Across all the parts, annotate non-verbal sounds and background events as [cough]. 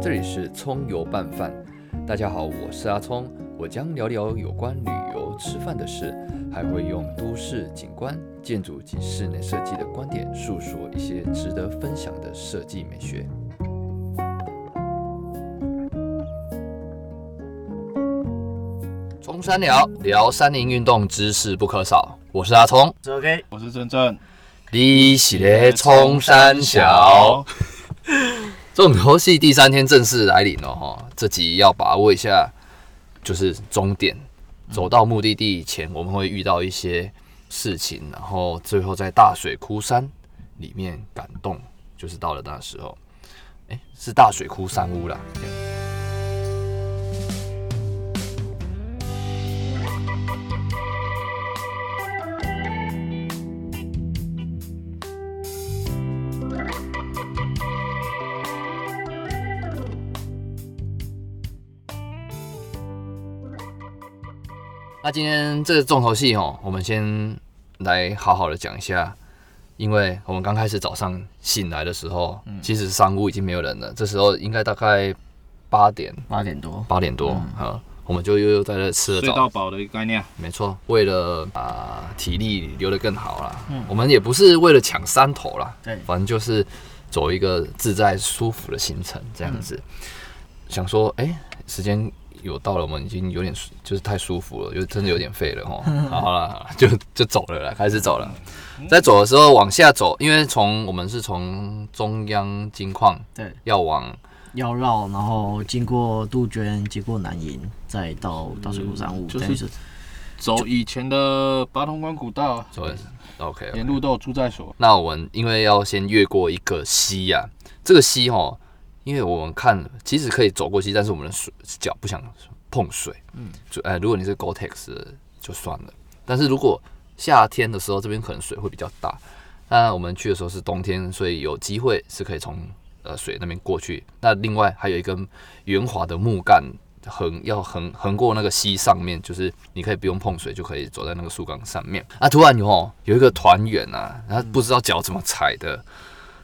这里是葱油拌饭。大家好，我是阿葱，我将聊聊有关旅游、吃饭的事，还会用都市景观、建筑及室内设计的观点，诉说一些值得分享的设计美学。中山聊聊山林运动知识不可少，我是阿聪，是 OK，我是真正你是咧冲山小。，重头戏第三天正式来临了哈，这集要把握一下，就是终点。走到目的地前，我们会遇到一些事情，然后最后在大水枯山里面感动，就是到了那时候，哎、是大水枯山屋啦。那今天这个重头戏哦，我们先来好好的讲一下，因为我们刚开始早上醒来的时候，其实山屋已经没有人了，这时候应该大概八点八点多，八点多啊、我们就又又在这吃了睡早到饱的一个概念。没错，为了啊、体力留得更好啦，我们也不是为了抢山头啦，嗯对反正就是走一个自在舒服的行程这样子。嗯想说，哎、时间有到了，我们已经有点舒就是太舒服了，就真的有点废了 [laughs] 哦。好好啦，好啦就就走了啦，开始走了。嗯在走的时候往下走，因为从我们是从中央金矿对，要往要绕，然后经过杜鹃，经过南营，再到到水库山屋，嗯就是等于是走以前的八通关古道啊，走，OK，沿路都有住宅所。那我们因为要先越过一个溪呀、这个溪哈，因为我们看其实可以走过去，但是我们的水脚不想碰水，嗯，就哎、如果你是 Gore-Tex 的就算了，但是如果夏天的时候这边可能水会比较大，那呃我们去的时候是冬天，所以有机会是可以从呃水那边过去。那另外还有一根圆滑的木杆。横要横横过那个溪上面，就是你可以不用碰水，就可以走在那个树干上面。啊，突然有哦有一个团员啊，他不知道脚怎么踩的，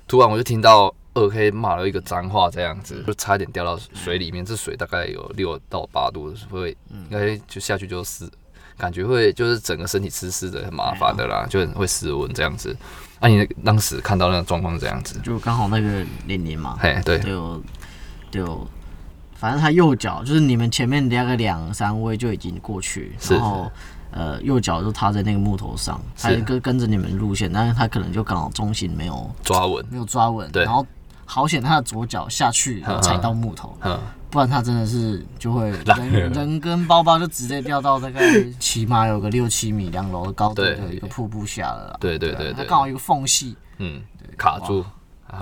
突然我就听到二 K 骂了一个脏话，这样子就差一点掉到水里面。这水大概有六到八度，会应该就下去就死，感觉会就是整个身体湿湿的，很麻烦的啦，就很会失温这样子。啊，你当时看到那个状况是这样子？就刚好那个玲玲嘛，嘿，对，就就反正他右脚就是你们前面大概两三位就已经过去，是然后呃右脚就踏在那个木头上，他是就跟跟着你们路线，但是他可能就刚好重心没有抓稳，没有抓稳，对然后好险他的左脚下去然后踩到木头，嗯，不然他真的是就会烂了人人跟包包就直接掉到大 [laughs] 概起码有个六七米两楼的高度对的一个瀑布下了啦。对对对它对，啊刚好有个缝隙，嗯，卡住。啊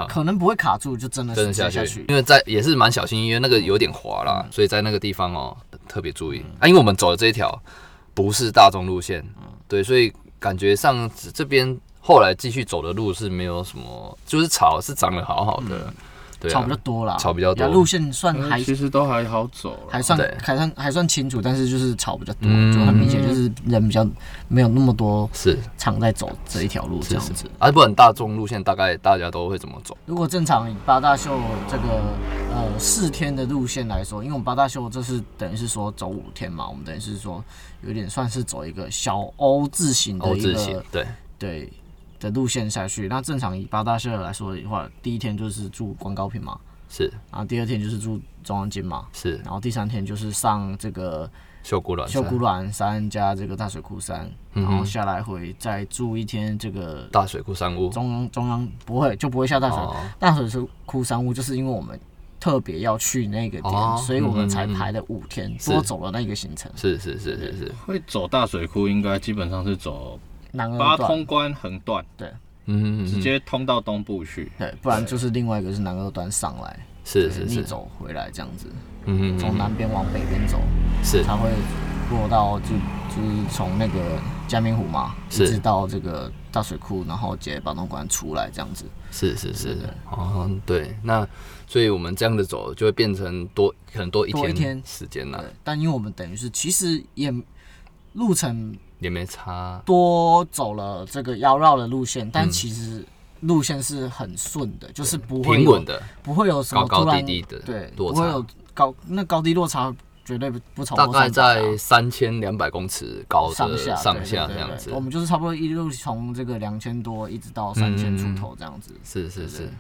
可能不会卡住，就真的真是的下下嗯去，因为在也是蛮小心，因为那个有点滑啦，所以在那个地方哦特别注意啊。因为我们走的这一条不是大众路线，嗯对，所以感觉上这边后来继续走的路是没有什么，就是草是长得好好的，对嗯草啊比较，多啦，草比较多路线算还呃嗯其实都还好走了还，算对还算还算清楚，但是就是草比较多，嗯就很明显就是人比较没有那么多是常在走这一条路这样子。啊，不然大众路线大概大家都会怎么走？如果正常以八大秀这个呃四天的路线来说，因为我们八大秀这是等于是说走五天嘛，我们等于是说有点算是走一个小 O 字形的欧一字形个，哦对，对的路线下去。那正常以八大秀来说的话，第一天就是住关高平嘛，是然后第二天就是住中央金嘛，是然后第三天就是上这个秀姑峦秀山，姑峦哦山加这个大水库山，嗯然哼后下来回再住一天这个大水库山屋，中央中央不会就不会下大水，哦大水是枯山屋，就是因为我们特别要去那个点，哦所以我们才嗯嗯嗯排了五天，是多走了那个行程。是是是是是，会走大水库，应该基本上是走南八二段通关横断，嗯，直接通到东部去。对，不然就是另外一个是南二段上来，是是逆是，走回来这样子，嗯嗯从南边往北边走，是才会落到就就是从那个嘉明湖嘛，一是直到这个大水库，然后接八通关出来这样子。是是是，哦，对，那所以我们这样子走就会变成多可能多一多一天天时间啦对，，但因为我们等于是其实也路程也没差，嗯多走了这个妖绕的路线，但其实路线是很顺的，就是不会有平稳，的，不会有什么高高突然低低的对，落不会差有高那高低落差绝对不不超大过概三百啊在三千两百公尺高上的下上对下对这对样对子我，们就是差不多一路从这个两千多一直到三千出头这样子。是是对是。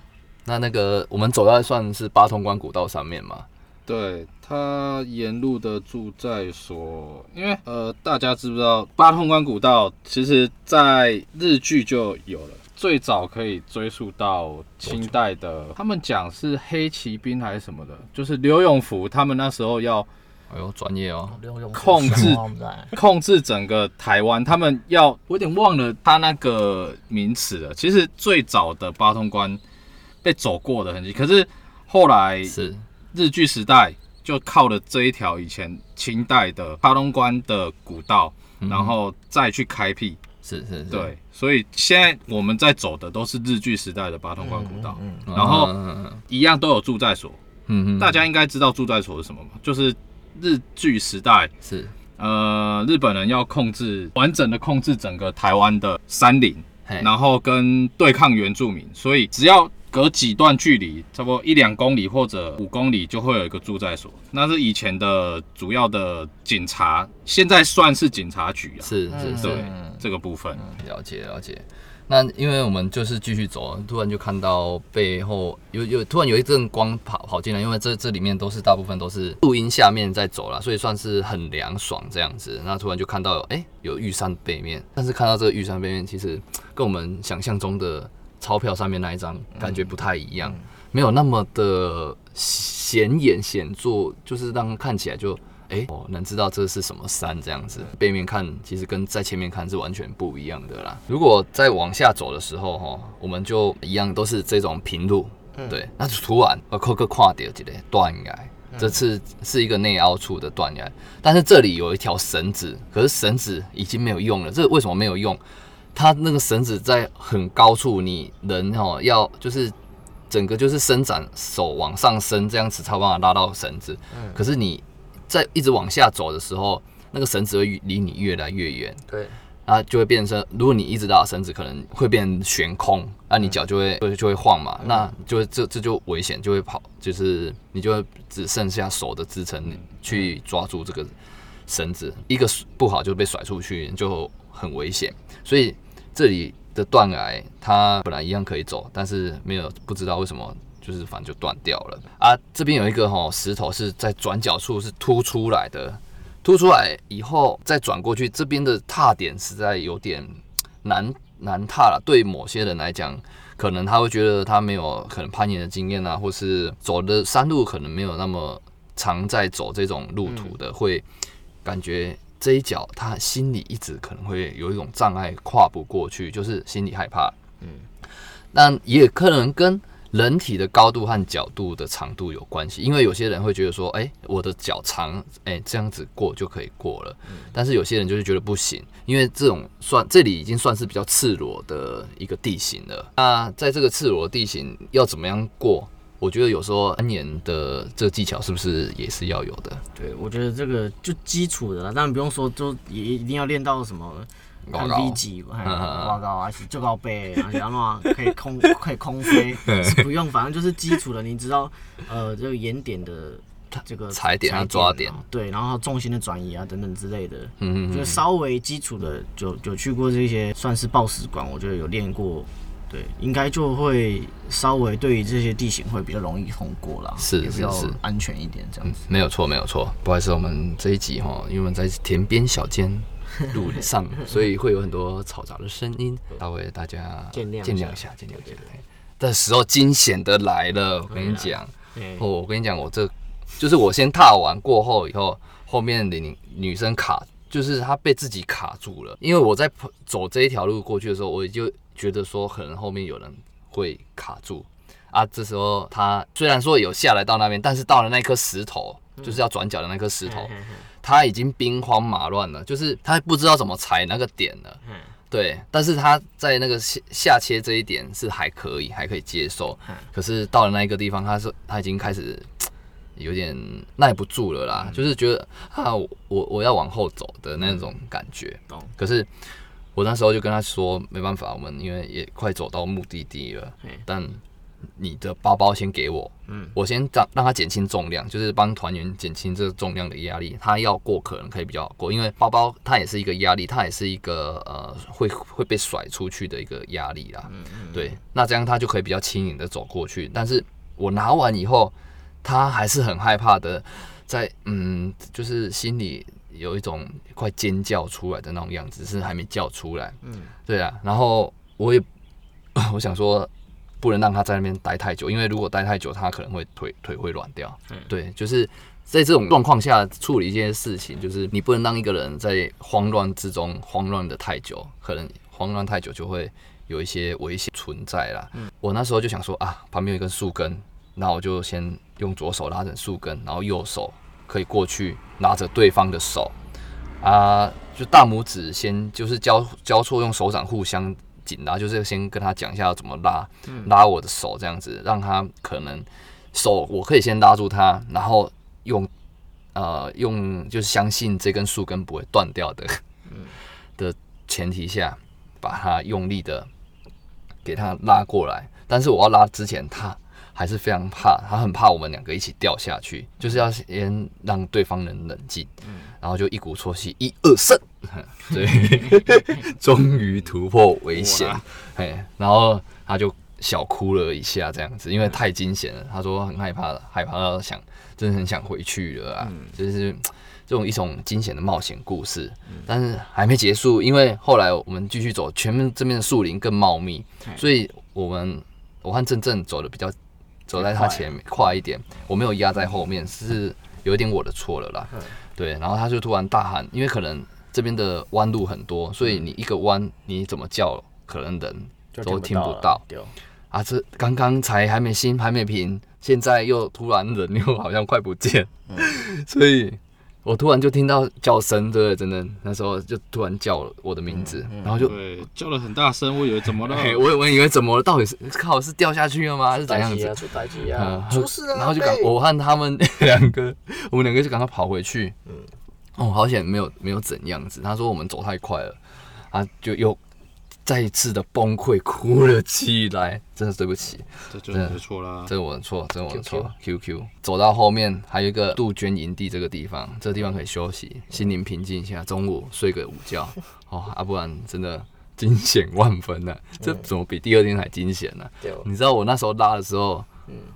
那那个我们走在算是八通关古道上面嘛，对它沿路的住宅所，因为呃，大家知不知道八通关古道？其实，在日剧就有了，最早可以追溯到清代的，他们讲是黑骑兵还是什么的，就是刘永福他们那时候要哎呦专业哦，控制控制整个台湾，他们要我有点忘了他那个名词了。其实最早的八通关被走过的痕迹，可是后来是日据时代就靠了这一条以前清代的八通关的古道，然后再去开辟。嗯是是是，对，所以现在我们在走的都是日据时代的八通关古道，嗯，嗯，然后嗯一样都有住宅所。嗯大家应该知道住宅所是什么吧？就是日据时代是呃，日本人要控制完整的控制整个台湾的山林，嘿然后跟对抗原住民，所以只要隔几段距离，差不多一两公里或者五公里，就会有一个驻在所。那是以前的主要的警察，现在算是警察局啊。是是是对、嗯这个部分，了解了解。那因为我们就是继续走，突然就看到背后有有突然有一阵光跑跑进来，因为这这里面都是大部分都是树荫下面在走啦，所以算是很凉爽这样子。那突然就看到哎、诶有玉山背面，但是看到这个玉山背面，其实跟我们想象中的钞票上面那一张感觉不太一样，没有那么的显眼显著，就是让看起来就哎、我能知道这是什么山这样子。背面看其实跟在前面看是完全不一样的啦。如果再往下走的时候哈，我们就一样都是这种平路，对。那突然我扣个跨掉一个断崖，这次是一个内凹处的断崖，但是这里有一条绳子，可是绳子已经没有用了。这为什么没有用？它那个绳子在很高处，你人哦要就是整个就是伸展手往上伸，这样子才有办法拉到绳子。可是你在一直往下走的时候，那个绳子会离你越来越远，对，啊，就会变成，如果你一直拉绳子，可能会变悬空，那、你脚就会、就就会晃嘛，那就这这就危险，就会跑，就是你就会只剩下手的支撑去抓住这个绳子，一个不好就被甩出去，就很危险。所以这里的断崖，它本来一样可以走，但是没有不知道为什么。就是反正就断掉了啊！这边有一个吼、石头是在转角处是凸出来的，凸出来以后再转过去，这边的踏点实在有点难难踏了。对某些人来讲，可能他会觉得他没有可能攀岩的经验啊，或是走的山路可能没有那么常在走这种路途的，会感觉这一脚他心里一直可能会有一种障碍跨不过去，就是心里害怕。但也可能跟人体的高度和角度的长度有关系，因为有些人会觉得说，哎、我的脚长，哎、这样子过就可以过了。但是有些人就是觉得不行，因为这种算这里已经算是比较赤裸的一个地形了。那在这个赤裸的地形要怎么样过？我觉得有时候攀岩的这个技巧是不是也是要有的？对，我觉得这个就基础的啦，当然不用说，就也一定要练到什么。高看高 V 级，哎嗯嗯嗯挂高啊，最高背，而且然后啊可以空 [laughs] 可以空 [laughs] 飞，是不用，反正就是基础的，你知道，呃，这个眼点的这个踩点啊啊抓点，对，然后重心的转移啊等等之类的，嗯嗯就嗯，稍微基础的，就就去过这些算是报时馆，我觉得有练过，对，应该就会稍微对于这些地形会比较容易通过啦，是也比是较是安全一点这样子。没有错，没有错。不好意思，我们这一集哈，因为我们在田边小间路上，所以会有很多嘈杂的声音，嗯稍微大家见谅一下见谅一下，见谅一下。的时候惊险的来了，我跟你讲，对哦，我跟你讲，我这就是我先踏完过后以后，后面的女女生卡，就是她被自己卡住了，因为我在走这一条路过去的时候，我就觉得说可能后面有人会卡住啊。这时候她虽然说有下来到那边，但是到了那颗石头，就是要转角的那颗石头，嗯嘿嘿嘿她已经兵荒马乱了，就是她不知道怎么踩那个点了。嗯对，但是他在那个下下切这一点是还可以，还可以接受嗯。可是到了那一个地方，他是他已经开始有点耐不住了嗯啦，就是觉得啊，我我要往后走的那种感觉。嗯懂可是我那时候就跟他说，没办法，我们因为也快走到目的地了嘿，但你的包包先给我，嗯，我先让让他减轻重量，就是帮团员减轻这个重量的压力。他要过可能可以比较好过，因为包包它也是一个压力，它也是一个呃会会被甩出去的一个压力啦。对，那这样他就可以比较轻盈的走过去。但是我拿完以后，他还是很害怕的，在嗯，就是心里有一种快尖叫出来的那种样子，是还没叫出来。嗯，对啊。然后我也 [laughs] 我想说，不能让他在那边待太久，因为如果待太久，他可能会腿腿会软掉。对，就是。在这种状况下处理一些事情，就是你不能让一个人在慌乱之中慌乱的太久，可能慌乱太久就会有一些危险存在啦。我那时候就想说啊，旁边有一根树根，那我就先用左手拉着树根，然后右手可以过去拉着对方的手，啊，就大拇指先就是交交错用手掌互相紧拉，就是先跟他讲一下要怎么拉，拉我的手这样子，让他可能手我可以先拉住他，然后用呃用就是相信这根树根不会断掉的、 [laughs] 的前提下，把它用力的给他拉过来，但是我要拉之前他。还是非常怕，他很怕我们两个一起掉下去，就是要先让对方能冷静，然后就一鼓作气，一二三， [laughs] 对，终于突破危险，哎，然后他就小哭了一下，这样子，因为太惊险了，他说很害怕了，害怕到想，真的很想回去了啊，就是这种一种惊险的冒险故事，但是还没结束，因为后来我们继续走，前面这边的树林更茂密，所以我们我和正正走的比较走在他前面快一点，我没有压在后面，是有一点我的错了啦。对，然后他就突然大喊，因为可能这边的弯路很多，所以你一个弯你怎么叫，可能人就都听不了到。对啊，这刚刚才还没心还没平，现在又突然人又好像快不见，所以我突然就听到叫声，对不对？真的，那时候就突然叫了我的名字，然后就。对，叫了很大声，我以为怎么了？嘿我我以为怎么了？到底是靠是掉下去了吗？还是怎样子？出代机嗯，出事啊！然后就赶妹我和他们 [laughs] 两个，我们两个就赶快跑回去。哦，好险，没有没有怎样子。他说我们走太快了，啊，就又再一次的崩溃，哭了起来。真的对不起，这就是你的错啦。这是我的错，这是我的错。QQ 走到后面还有一个杜鹃营地这个地方，这个地方可以休息，心灵平静一下，中午睡个午觉。 [laughs] 哦，啊，不然真的惊险万分呢、嗯这怎么比第二天还惊险呢、对你知道我那时候拉的时候，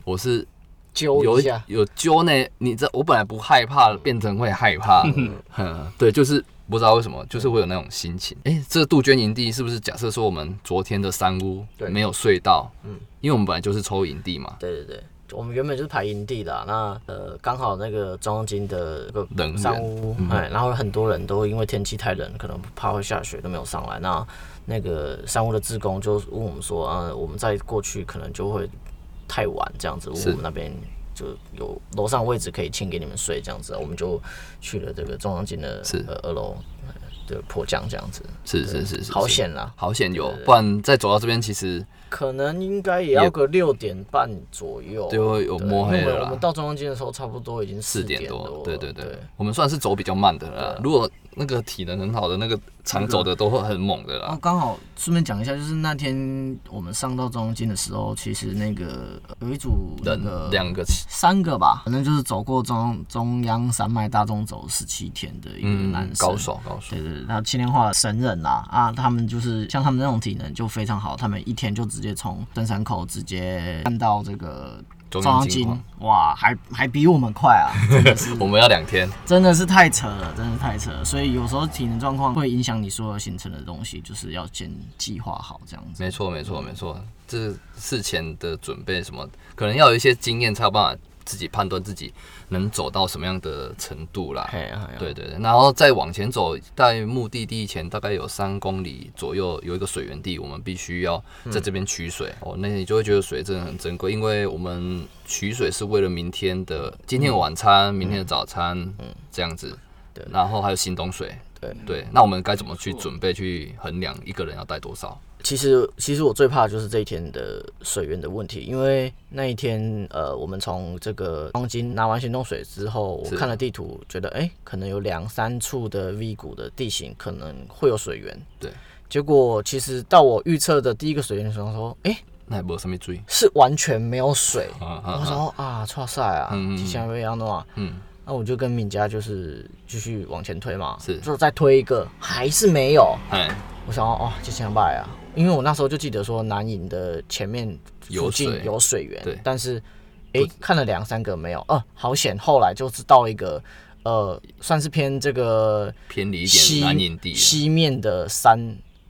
我是揪有嗯一下，有揪呢，你知道我本来不害怕，变成会害怕了。 [laughs] 嗯，对，就是不知道为什么，就是会有那种心情。哎、这个杜鹃营地是不是假设说我们昨天的山屋对没有睡到？嗯，因为我们本来就是抽营地嘛，对对对。我们原本就是排营地的啊、那呃刚好那个中央金的那人个员嗯山屋，哎、然后很多人都因为天气太冷，可能怕会下雪都没有上来。那那个山屋的志工就问我们说，呃，我们再过去可能就会太晚这样子，是我们那边就有楼上位置可以清给你们睡这样子，我们就去了这个中央金的是呃二楼呃的迫降这样子，是是是是，好是，险啊啦！好险有，不然再走到这边其实可能应该也要个六点半左右，就会有摸黑哦因为了我们啦。到中央街的时候，差不多已经四点点多了，对对对啊对，我们算是走比较慢的啦。如果那个体能很好的，那个长走的都会很猛的然后啦。刚好顺便讲一下，就是那天我们上到中央街的时候，其实那个呃有一组那人个两个三个吧，反正就是走过中中央山脉大众走十七天的一个嗯男生，高手高手对对对，然后青年化神人啦啊，他们就是像他们那种体能就非常好，他们一天就直接从登山口直接看到这个中中央央金金矿，哇，还还比我们快 [laughs] 啊，真的是我们要两天。真的是太扯了，真的是太扯了。所以有时候体能状况会影响你所有行程的东西，就是要先计划好这样子。没错，没错，没错，这事前的准备什么，可能要有一些经验才有办法自己判断自己能走到什么样的程度啦。嘿呀，嘿呀对对对，然后再往前走，在目的地前大概有三公里左右，有一个水源地，我们必须要在这边取水。嗯哦，那你就会觉得水真的很珍贵，因为我们取水是为了明天的今天的晚餐、明天的早餐，这样子。嗯对然后还有新东水。对对，那我们该怎么去准备去衡量一个人要带多少？其实其实我最怕的就是这一天的水源的问题，因为那一天呃，我们从这个东京拿完行动水之后，我是看了地图，觉得哎、诶可能有两三处的 V 谷的地形可能会有水源。对，结果其实到我预测的第一个水源的时候，说，诶，那也没什么注意。是完全没有水。啊啊我想啊！说啊，错赛啊，嗯嗯嗯提前被安诺啊，嗯，那我就跟敏佳就是继续往前推嘛，是就再推一个，还是没有。哎，我想要哦，就想败啊，因为我那时候就记得说南影的前面有附近水有水源，对但是诶看了两三个没有，哦、好险！后来就是到一个呃，算是偏这个偏离一西点南营地了，西面的山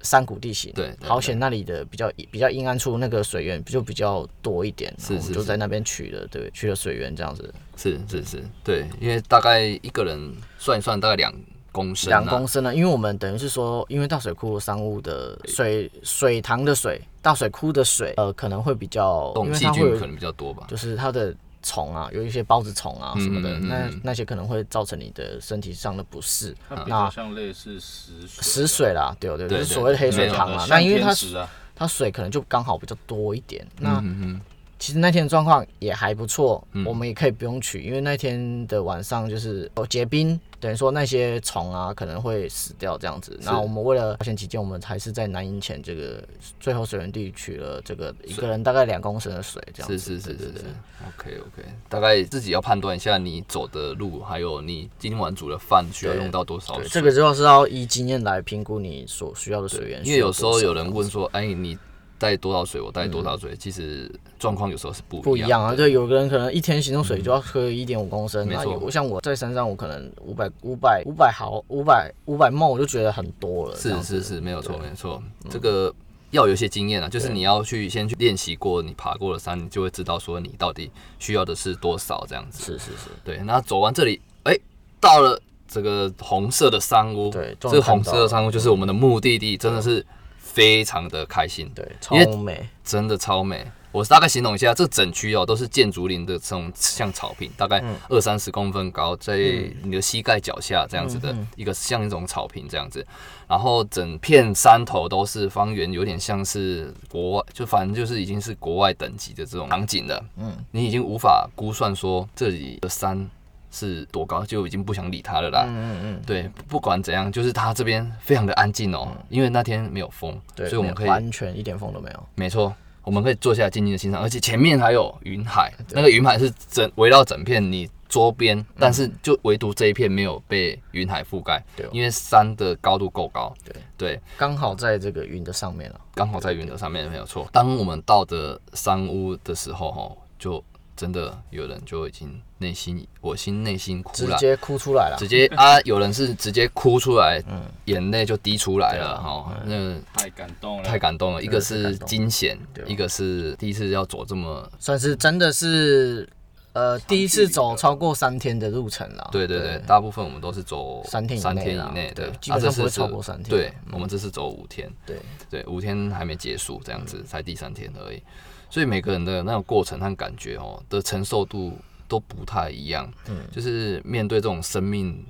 山谷地形，对对对好险那里的比较比较阴暗处那个水源就比较多一点，是我们是就是在那边取了对取了水源这样子，是是是，对，因为大概一个人算一算，大概两公升、啊，两公升呢，因为我们等于是说，因为大水库商务的水水塘的水，大水库的水，呃，可能会比较，因动为细它会菌有可能比较多吧。就是它的虫啊，有一些孢子虫啊什么的，嗯嗯嗯那嗯那些可能会造成你的身体上的不适。它比较像类似石水死水啦，对不对？对就是对所谓的黑水对塘啊像。那因为天它使啊它水可能就刚好比较多一点。那嗯嗯其实那天的状况也还不错，嗯我们也可以不用取，因为那天的晚上就是有结冰，等于说那些虫啊可能会死掉这样子。那我们为了保险起见，我们还是在南营前这个最后水源地取了这个一个人大概两公升的水这嗯，样子。是是是对是对是对，OK OK，大概自己要判断一下你走的路，还有你今晚煮的饭需要对用到多少对水。这个就是要依经验来评估你所需要的水源。因为有时候有人问说，哎，你带多少水？我带多少水？其实状况有时候是不不一一样。样啊，对，有个人可能一天行动水就要喝一点五公升，没那错有像我在山上，我可能五百五百五百毫五百五百梦我就觉得很多了。这是样子是是，没有错没有错，这个要有一些经验啊，就是你要去先去练习过，你爬过了山，你就会知道说你到底需要的是多少这样子。是是是，对，那走完这里，哎、到了这个红色的山屋，对这终于个看红色到的了山屋就是我们的目的地，真的是非常的开心，对，因为超美，真的超美。我大概形容一下，这整区哦都是建竹林的这种像草坪，大嗯概二三十公分高，在你的膝盖脚下这样子嗯的一个像一种草坪这样子，然后整片山头都是方圆，有点像是国外，就反正就是已经是国外等级的这种场景了。嗯，你已经无法估算说这里的山是多高，就已经不想理它了啦。嗯嗯，对，不不管怎样，就是它这边非常的安静哦，因为那天没有风，所对，以我们没有可以完全一点风都没有。没错，我们可以坐下来静静的欣赏，而且前面还有云海，那个云海是整围绕整片你周嗯边，但是就唯独这一片没有被云海覆盖，对哦因为山的高度够高，对对，刚好在这个云的上面了，刚好在云的上面没有错。当我们到的山屋的时候，吼，就真的有人就已经内心，我心内心哭直了。接哭出来了直。接啊！有人是直接哭出来，嗯眼泪就滴出来了哈。那个太感动了，太感动了，一啊真个的是是感动惊险，对哦一个是第一次要走这么算是真的是，呃，第一次走超过三天的路程了。对对对，大部分我们都是走三天以内三天啦以内，对对，基啊本这上不会是超过三天对嗯，我们这是走五天，对对，五天还没结束，这样子才第三天而已。所以每个人的那种过程和感觉哦的承受度都不太一样，嗯就是面对这种生命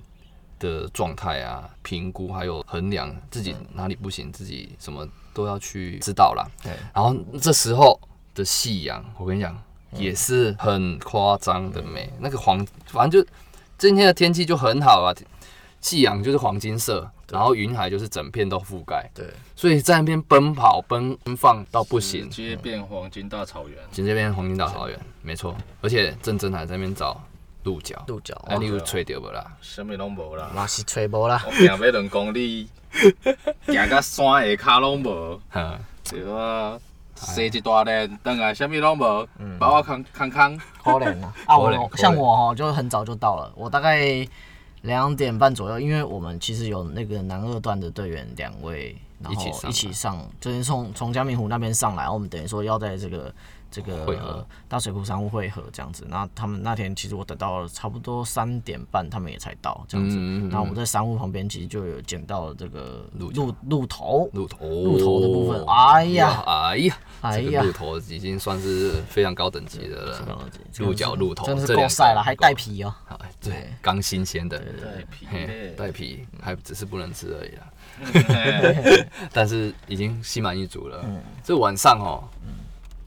的状态啊，评估还有衡量自己哪里不行，自己什么都要去知道啦。对然后这时候的夕阳，我跟你讲也是很夸张的美，那个黄，反正就今天的天气就很好啊，夕阳就是黄金色，然后云海就是整片都覆盖，对所以在那边奔跑奔奔放到不直行。接变黄金大草原。紧这边黄金大草原，没错，而且郑真还在那边找鹿角，鹿角，哎，你有吹到不啦？什么拢无啦，马西吹波啦。我行要两公里，行到山下骹拢无，嗯，对啊，坐一大链，等来什么拢无，嗯包我空空空，可怜啊！ [laughs] 啊，可怜我可怜像我哈，就很早就到了，我大概两点半左右，因为我们其实有那个南二段的队员两位，然后一起上来一起上，就是从从嘉明湖那边上来，我们等于说要在这个这个汇合大水库商务汇合这样子。那他们那天其实我等到了差不多三点半，他们也才到这样子。嗯嗯嗯嗯然后我在商务旁边其实就有捡到了这个鹿角鹿鹿头，鹿头，哦鹿头的部分哎呀，哎呀，哎这呀个鹿头已经算是非常高等级的这个了，这个鹿角、鹿头，真的这是够两个晒了，还够带皮哦。哎对，刚新鲜的，对皮嘿嘞，带皮，还只是不能吃而已啦。嘿 [laughs] 但是已经心满意足了。这晚上哦，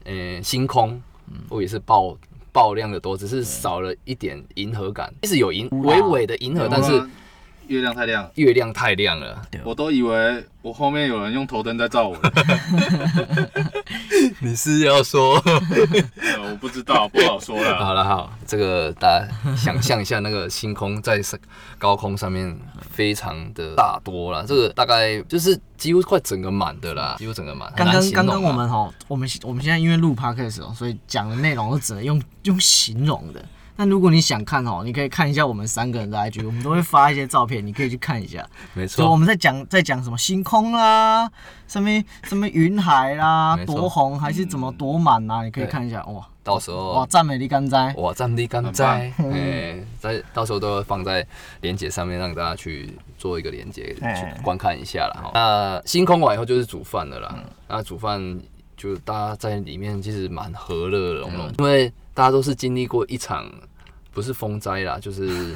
呃，星空我也是爆爆亮的多，只是少了一点银河感，一直有银微微的银河，但是月亮太亮了，月亮太亮了，我都以为我后面有人用头灯在照我了， [laughs] 你是要说？呃我不知道，不好说了。好了，好，这个大家想象一下，那个星空在上高空上面非常的大多嗯了，这个大概就是几乎快整个满的啦，几乎整个满。很刚难刚形刚容刚我啊们哈，我们我们现在因为录 podcast 哦，所以讲的内容都只能用用形容的。那如果你想看哦，你可以看一下我们三个人的 IG，我们都会发一些照片，你可以去看一下。没所以我错，们在讲在讲什么星空啦，什么什么云海啦，没错嗯多红还是怎么多满啊啦，你可以对哦看一下哇到时哇候赞美力干哉。哇，战地刚在，嗯哎，在到时候都会放在连接上面，让大家去做一个连接，哎去观看一下了哈。那星空完以后就是煮饭的嗯啦，那煮饭就大家在里面其实蛮和乐融嗯融，因为大家都是经历过一场不是风灾啦，就是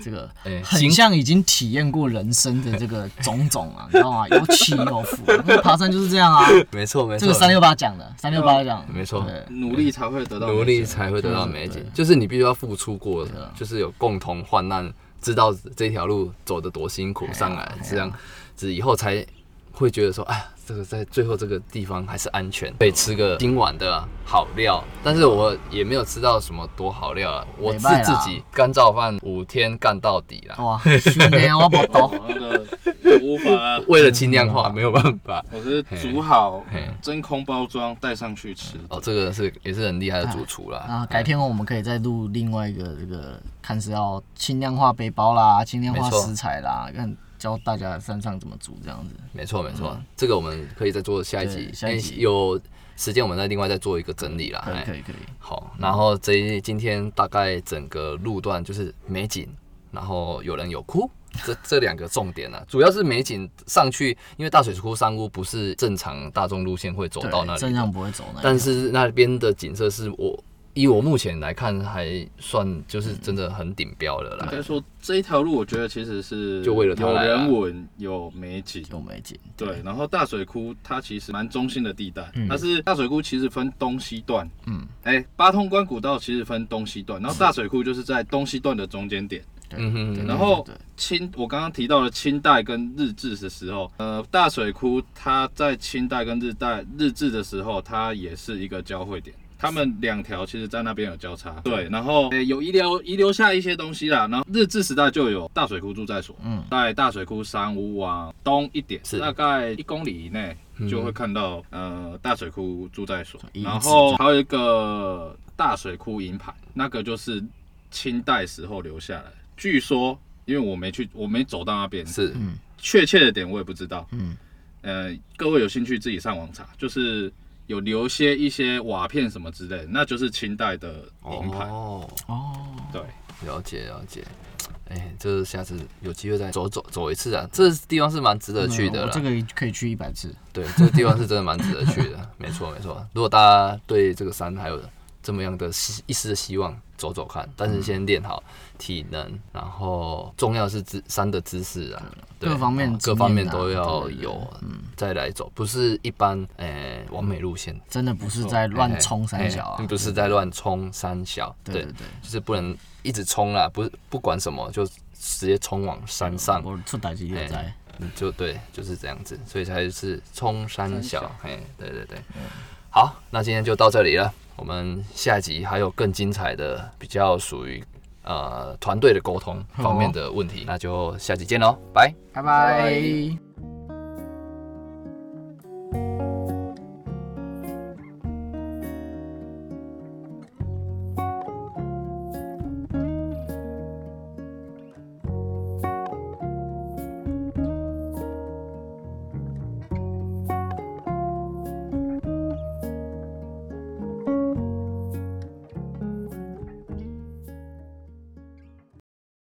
这个哎很星像已经体验过人生的这个种 [laughs] 种啊，你知道吗？有起有伏，那爬山就是这样啊。没错没错，这个三六八讲的，三六八讲的，没错对努力才会得到美努力景啊才会得到美景，就是你必须要付出过的，就是有共同患难，知道这条路走得多辛哎苦，上来这样子以后才会觉得说，哎呀，这个在最后这个地方还是安全，可以吃个今晚的好料。但是我也没有吃到什么多好料啊，我没是办自啦己干燥饭五天干到底啦，哦哇，兄弟，我不懂。 [laughs] 那个我无 [laughs] 法，为了轻量化没有办法。我是煮好嘿真空包装带上去吃。哦，这个是也是很厉害的主厨啦，啊，改天后我们可以再录另外一个这个，看是要轻量化背包啦，轻量化没错食材啦，看教大家山上怎么煮这样子。没错没错，这个我们可以再做下一集嗯对，下一哎集有时间我们再另外再做一个整理啦。可以哎可以可以，好，然后这一今天大概整个路段就是美景，然后有人有哭，这 [laughs] 这两个重点啊，主要是美景上去，因为大水库山屋不是正常大众路线会走到那对，里正的，常不会走那一条。但是那边的景色是我以我目前来看还算就是真的很顶标的应啦。该说这一条路，我觉得其实是就为了它有来啊人文有美景。有美景，对，然后大水库它其实蛮中心的地带，但是大水库其实分东西段，嗯，哎、八通关古道其实分东西段，然后大水库就是在东西段的中间点。对嗯哼对然后对对清，我刚刚提到了清代跟日治的时候，呃，大水库它在清代跟日代日治的时候，它也是一个交汇点。他们两条其实，在那边有交叉，对，然后诶、有遗留遗留下一些东西啦。然后日治时代就有大水库住宅所，嗯在大水库山屋往东一点，是大概一公里以内嗯就会看到、呃大水库住宅哦所，遗址然后还有一个大水库营盘，那个就是清代时候留下来。据说，因为我没去，我没走到那边，是，确切的点我也不知道。嗯，呃，各位有兴趣自己上网查，就是有留些一些瓦片什么之类的，那就是清代的营盘。哦，哦，对，了解了解。哎，这下次有机会再走走走一次啊！这地方是蛮值得去的嗯我啦这。个可以去一百次。对，这个地方是真的蛮值得去 [laughs] 的，没错没错。如果大家对这个山还有这么样的希一丝的希望，走走看，但是先练好体能，然后重要是知山的知识啊，对各方面然后各经验啊方面都要对嗯对对有，再来走，不是一般诶完美路线，真的不是在乱冲哎三小啊哎！不是在乱冲山小，对对对，就是不能一直冲啦，不不管什么就直接冲往山上，我出代志就在哎。嗯就对，就是这样子，所以才是冲山小，嘿，对对对。好，那今天就到这里了，我们下集还有更精彩的，比较属于嗯呃团队的沟通方面的问题，那就下集见喽，拜。拜拜拜。